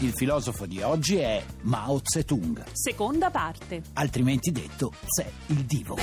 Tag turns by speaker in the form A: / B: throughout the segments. A: Il filosofo di oggi è Mao Zedong,
B: Seconda parte.
A: altrimenti detto Tse il divo.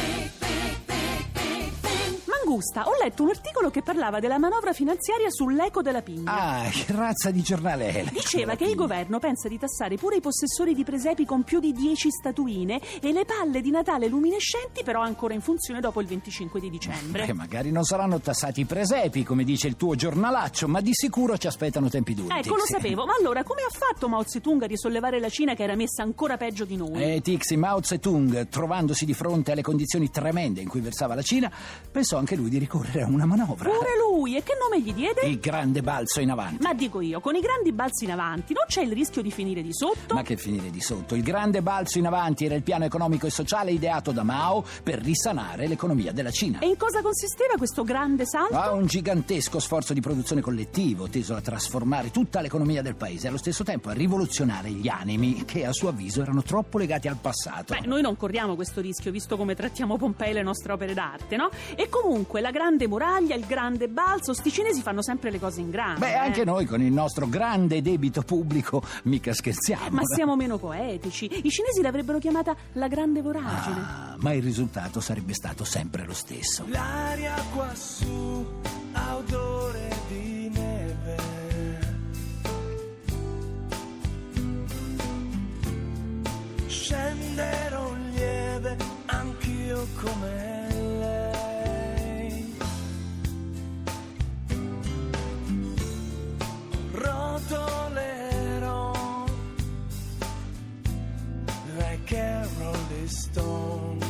B: Mangusta, ho letto un articolo che parlava della manovra finanziaria sull'eco della pigna.
A: Ah, che razza di giornale è?
B: Diceva che il governo pensa di tassare pure i possessori di presepi con più di 10 statuine e le palle di Natale luminescenti però ancora in funzione dopo il 25 di
A: Che
B: dicembre.
A: Eh, magari non saranno tassati i presepi, come dice il tuo giornalaccio, ma di sicuro ci aspettano tempi duri.
B: Ecco, lo
A: Tixi.
B: sapevo, ma allora come ha fatto Mao Zedong a risollevare la Cina che era messa ancora peggio di noi?
A: E Tixi Mao Zedong, trovandosi di fronte alle condizioni tremende in cui versava la Cina, pensò anche lui di ricorrere a una manovra.
B: Pure lui, e che nome gli diede?
A: Il grande balzo in avanti.
B: Ma dico io, con i grandi balzi in avanti non c'è il rischio di finire di sotto?
A: Ma che finire di sotto, il grande balzo in avanti era il piano economico e sociale ideato da Mao per risanare l'economia della Cina.
B: E in cosa consisteva questo grande salto?
A: Ha un gigantesco sforzo di produzione collettivo teso a trasformare tutta l'economia del paese e allo stesso tempo a rivoluzionare gli animi che a suo avviso erano troppo legati al passato.
B: Beh, noi non corriamo questo rischio, visto come trattiamo Pompei e le nostre opere d'arte, no? E comunque la grande muraglia, il grande balzo, sti cinesi fanno sempre le cose in grande.
A: Beh,
B: eh.
A: anche noi con il nostro grande debito pubblico mica scherziamo.
B: Ma
A: no?
B: siamo meno poetici. I cinesi l'avrebbero chiamata la grande voragine.
A: Ah, ma il risultato sarebbe stato sempre lo stesso.
C: L'aria qua su ha odore di neve. Scenderò lieve anch'io come lei. Rotolerò like a rolling stone.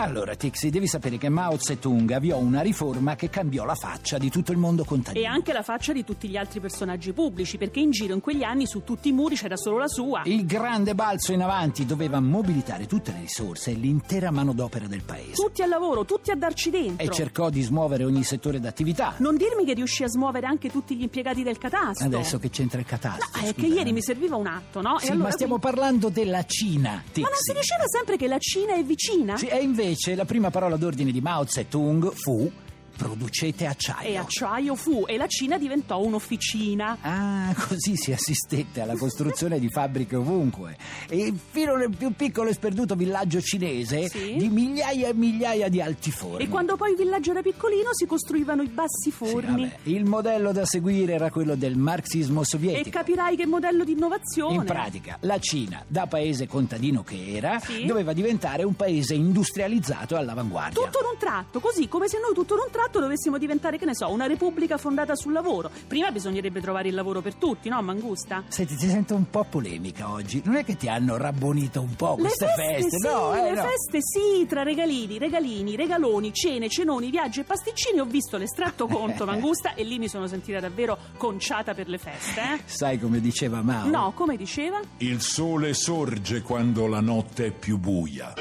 A: Allora, Tixi, devi sapere che Mao Zedong avviò una riforma che cambiò la faccia di tutto il mondo contadino.
B: E anche la faccia di tutti gli altri personaggi pubblici, perché in giro in quegli anni su tutti i muri c'era solo la sua.
A: Il grande balzo in avanti doveva mobilitare tutte le risorse e l'intera manodopera del paese.
B: Tutti al lavoro, tutti a darci dentro.
A: E cercò di smuovere ogni settore d'attività.
B: Non dirmi che riuscì a smuovere anche tutti gli impiegati del catastro.
A: Adesso che c'entra il
B: No,
A: catastro?
B: è che
A: scusa. eh.
B: ieri mi serviva un atto, no? E
A: Sì,
B: allora
A: ma stiamo
B: quindi-
A: parlando della Cina, Tixi.
B: Ma non si diceva sempre che la Cina è vicina?
A: Sì, e invece la prima parola d'ordine di Mao Zedong fu producete acciaio.
B: E acciaio fu, e la Cina diventò un'officina.
A: Ah, così si assistette alla costruzione di fabbriche ovunque. E fino nel più piccolo e sperduto villaggio cinese
B: Sì.
A: di migliaia e migliaia di altiforni.
B: E quando poi il villaggio era piccolino si costruivano i bassi
A: Sì,
B: forni.
A: vabbè. Il modello da seguire era quello del marxismo
B: e
A: sovietico.
B: capirai che modello di innovazione.
A: In pratica, la Cina, da paese contadino che era,
B: Sì.
A: doveva diventare un paese industrializzato e all'avanguardia.
B: Tutto in un tratto, così come se noi tutto in un tratto dovessimo diventare, che ne so, una repubblica fondata sul lavoro. Prima bisognerebbe trovare il lavoro per tutti, no, Mangusta?
A: Senti, ti sento un po' polemica oggi. Non è che ti hanno rabbonito un po' queste
B: sì,
A: no? eh,
B: le
A: no.
B: feste sì, tra regalini, regalini, regaloni, cene, cenoni, viaggi e pasticcini ho visto l'estratto conto Mangusta e lì mi sono sentita davvero conciata per le feste, eh?
A: Sai come diceva Mao?
B: No, come diceva?
D: Il sole sorge quando la notte è più buia.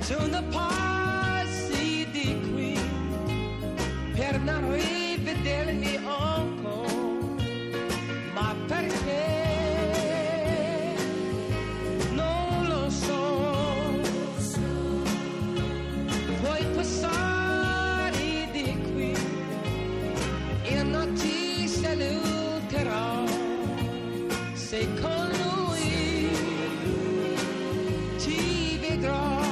E: Soon the parsi di qui per non rivedermi ancora, ma perché non lo so. Puoi passare di qui e non ti saluterò se con lui ti vedrò.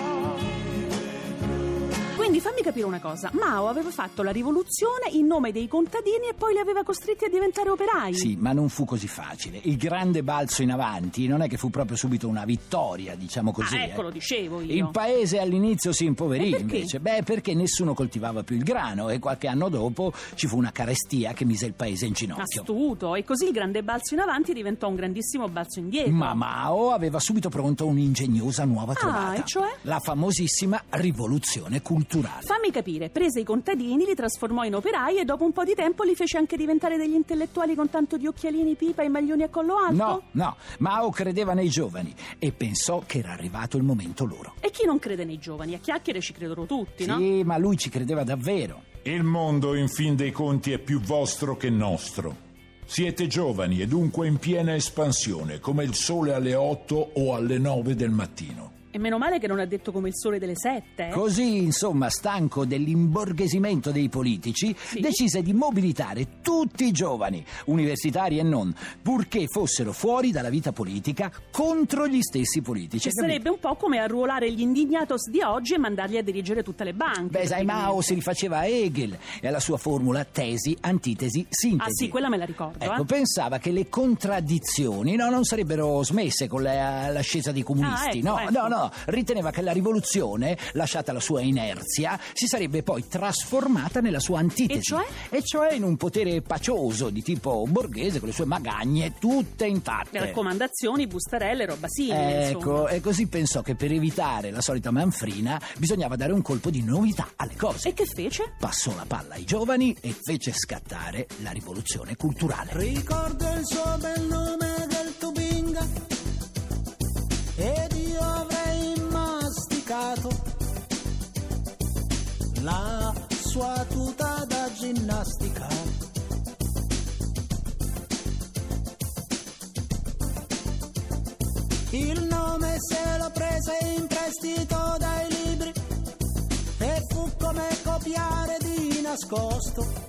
B: Quindi Quindi fammi capire una cosa, Mao aveva fatto la rivoluzione in nome dei contadini e poi li aveva costretti a diventare operai.
A: Sì, ma non fu così facile. Il grande balzo in avanti non è che fu proprio subito una vittoria, diciamo così.
B: ah,
A: eh.
B: ecco, lo dicevo io.
A: Il paese all'inizio si impoverì
B: E perché?
A: invece, beh perché nessuno coltivava più il grano e qualche anno dopo ci fu una carestia che mise il paese in ginocchio.
B: Astuto, e così il grande balzo in avanti diventò un grandissimo balzo indietro.
A: Ma Mao aveva subito pronta un'ingegnosa nuova
B: Ah,
A: trovata,
B: e cioè?
A: la famosissima rivoluzione culturale.
B: Fammi capire, prese i contadini, li trasformò in operai e dopo un po' di tempo li fece anche diventare degli intellettuali con tanto di occhialini, pipa e maglioni a collo alto?
A: No, no, Mao credeva nei giovani e pensò che era arrivato il momento loro.
B: E chi non crede nei giovani? A chiacchiere ci credono tutti, no?
A: Sì, ma lui ci credeva davvero.
D: Il mondo, in fin dei conti, è più vostro che nostro. Siete giovani e dunque in piena espansione, come il sole alle 8 o alle 9 del mattino.
B: E meno male che non ha detto come il sole delle sette. eh.
A: Così, insomma, stanco dell'imborghesimento dei politici,
B: Sì.
A: decise di mobilitare tutti i giovani, universitari e non, purché fossero fuori dalla vita politica contro gli stessi politici.
B: Cioè, sarebbe un po' come arruolare gli indignatos di oggi e mandarli a dirigere tutte le banche. Ah,
A: Beh, sai, Mao si rifaceva a Hegel e alla sua formula tesi, antitesi, sintesi.
B: Ah sì, quella me la ricordo. eh.
A: Ecco, pensava che le contraddizioni no, non sarebbero smesse con la- l'ascesa dei comunisti.
B: Ah, ecco,
A: no,
B: ecco.
A: no, no, riteneva che la rivoluzione, lasciata la sua inerzia, si sarebbe poi trasformata nella sua antitesi.
B: E cioè?
A: E cioè in un potere pacioso di tipo borghese con le sue magagne tutte intatte.
B: Le raccomandazioni, bustarelle, roba simile. insomma.
A: Ecco, e così pensò che per evitare la solita manfrina bisognava dare un colpo di novità alle cose.
B: E che fece?
A: Passò la palla ai giovani e fece scattare la rivoluzione culturale.
C: Ricordo il suo bel nome del Tubinga ed io avrei masticato la sua tuta da ginnastica. Il nome se lo prese in prestito dai libri e fu come copiare di nascosto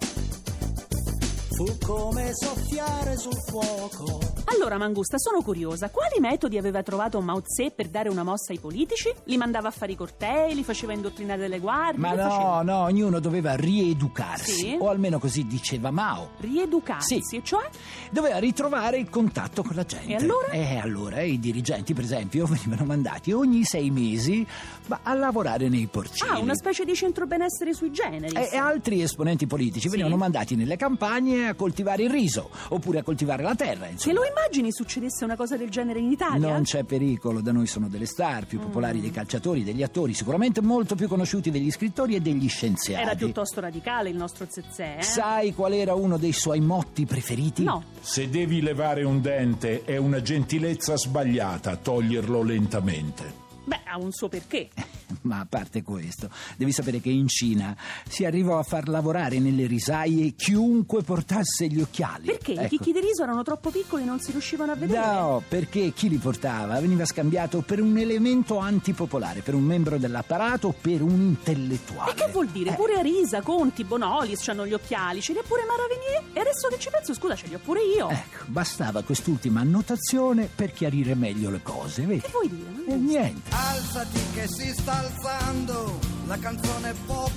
C: fu come soffiare sul fuoco.
B: Allora, Mangusta, sono curiosa. Quali metodi aveva trovato Mao Tse per dare una mossa ai politici? Li mandava a fare i cortei, li faceva indottrinare delle guardie?
A: Ma
B: che
A: no,
B: faceva?
A: no, ognuno doveva rieducarsi,
B: Sì?
A: o almeno così diceva Mao.
B: Rieducarsi,
A: Sì.
B: e cioè?
A: Doveva ritrovare il contatto con la gente.
B: E allora?
A: E allora i dirigenti, per esempio, venivano mandati ogni sei mesi ma a lavorare nei porcini.
B: Ah, una specie di centro benessere sui generi.
A: e, e altri esponenti politici
B: Sì.
A: venivano mandati nelle campagne a coltivare il riso oppure a coltivare la terra.
B: Che
A: Insomma.
B: lo immagini succedesse una cosa del genere in Italia? Mm.
A: Non c'è pericolo, da noi sono delle star, più popolari dei calciatori, degli attori, sicuramente molto più conosciuti degli scrittori e degli scienziati.
B: Era piuttosto radicale il nostro Zezé, eh?
A: Sai qual era uno dei suoi motti preferiti?
B: No.
D: Se devi levare un dente, è una gentilezza sbagliata toglierlo lentamente.
B: Beh, ha un suo perché.
A: Eh, Ma a parte questo, devi sapere che in Cina si arrivò a far lavorare nelle risaie chiunque portasse gli occhiali.
B: Perché i
A: Ecco.
B: chicchi di riso erano troppo piccoli e non si riuscivano a vedere.
A: No, perché chi li portava veniva scambiato per un elemento antipopolare, per un membro dell'apparato o per un intellettuale.
B: E che vuol dire?
A: Eh,
B: Pure Arisa, Conti, Bonolis hanno gli occhiali, ce li ha pure Maravigné. E adesso che ci penso, scusa, ce li ho pure io.
A: Ecco, bastava quest'ultima annotazione per chiarire meglio le cose, vedi?
B: Che vuoi dire? non
A: E
B: è-
A: niente.
F: Alzati che si sta alzando la canzone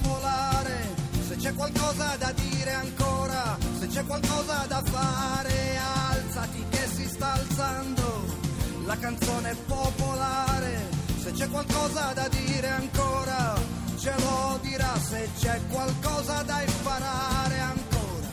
F: popolare. Se c'è qualcosa da dire ancora, se c'è qualcosa da fare, alzati che si sta alzando la canzone popolare. Se c'è qualcosa da dire ancora, ce lo dirà. Se c'è qualcosa da imparare ancora,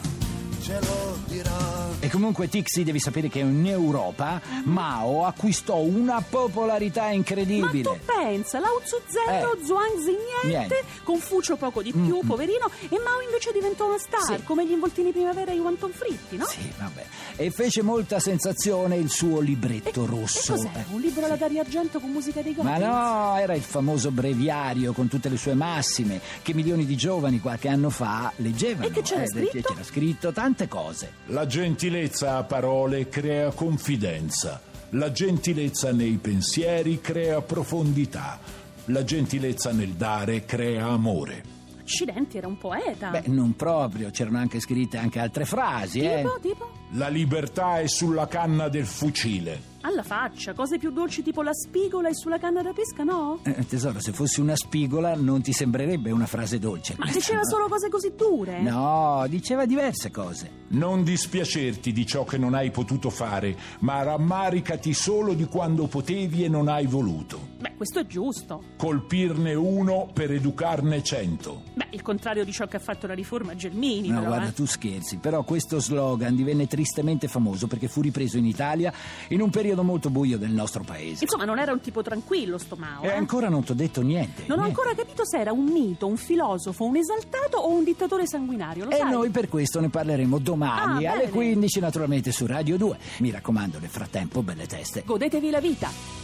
F: ce lo dirà.
A: E comunque Tixi devi sapere che in Europa
B: Mm.
A: Mao acquistò una popolarità
B: Ma
A: incredibile.
B: tu pensa, Lao Tzu zero,
A: Eh.
B: Zhuang Zi niente,
A: Niente. Mm,
B: Confucio poco di più, poverino, e Mao invece diventò una star,
A: Sì.
B: come gli involtini primavera e i wonton fritti, no?
A: Sì, vabbè. E fece molta sensazione il suo libretto rosso.
B: E cos'è?
A: Eh.
B: Un libro alla Dario Argento con musica dei
A: Ma
B: Goblins?
A: no, era il famoso breviario con tutte le sue massime che milioni di giovani qualche anno fa leggevano.
B: E che c'era
A: eh, perché
B: scritto?
A: c'era scritto tante cose.
D: La gentilezza a parole crea confidenza, la gentilezza nei pensieri crea profondità, la gentilezza nel dare crea amore.
B: Accidenti, era un poeta.
A: Beh, non proprio, c'erano anche scritte anche altre frasi, eh.
B: tipo, tipo?
D: La libertà è sulla canna del fucile.
B: Alla faccia, cose più dolci tipo la spigola e sulla canna da pesca, no?
A: Eh, tesoro, se fossi una spigola non ti sembrerebbe una frase dolce.
B: Ma
A: questa,
B: diceva
A: no?
B: solo cose così dure.
A: No, diceva diverse cose.
D: Non dispiacerti di ciò che non hai potuto fare, ma rammaricati solo di quando potevi e non hai voluto.
B: Beh, questo è giusto.
D: Colpirne uno per educarne cento.
B: Beh, il contrario di ciò che ha fatto la riforma Gelmini,
A: No,
B: però,
A: guarda,
B: eh.
A: tu scherzi, però questo slogan divenne tristemente famoso perché fu ripreso in Italia in un periodo molto buio del nostro paese.
B: Insomma, non era un tipo tranquillo sto Mao,
A: E
B: eh.
A: ancora non ti ho detto niente.
B: Non ho
A: niente.
B: ancora capito se era un mito, un filosofo, un esaltato o un dittatore sanguinario, lo
A: E
B: sai?
A: Eh, noi per questo ne parleremo domani
B: Ah,
A: alle
B: bene.
A: 15 naturalmente su Radio 2. Mi raccomando, nel frattempo, belle teste.
B: Godetevi la vita.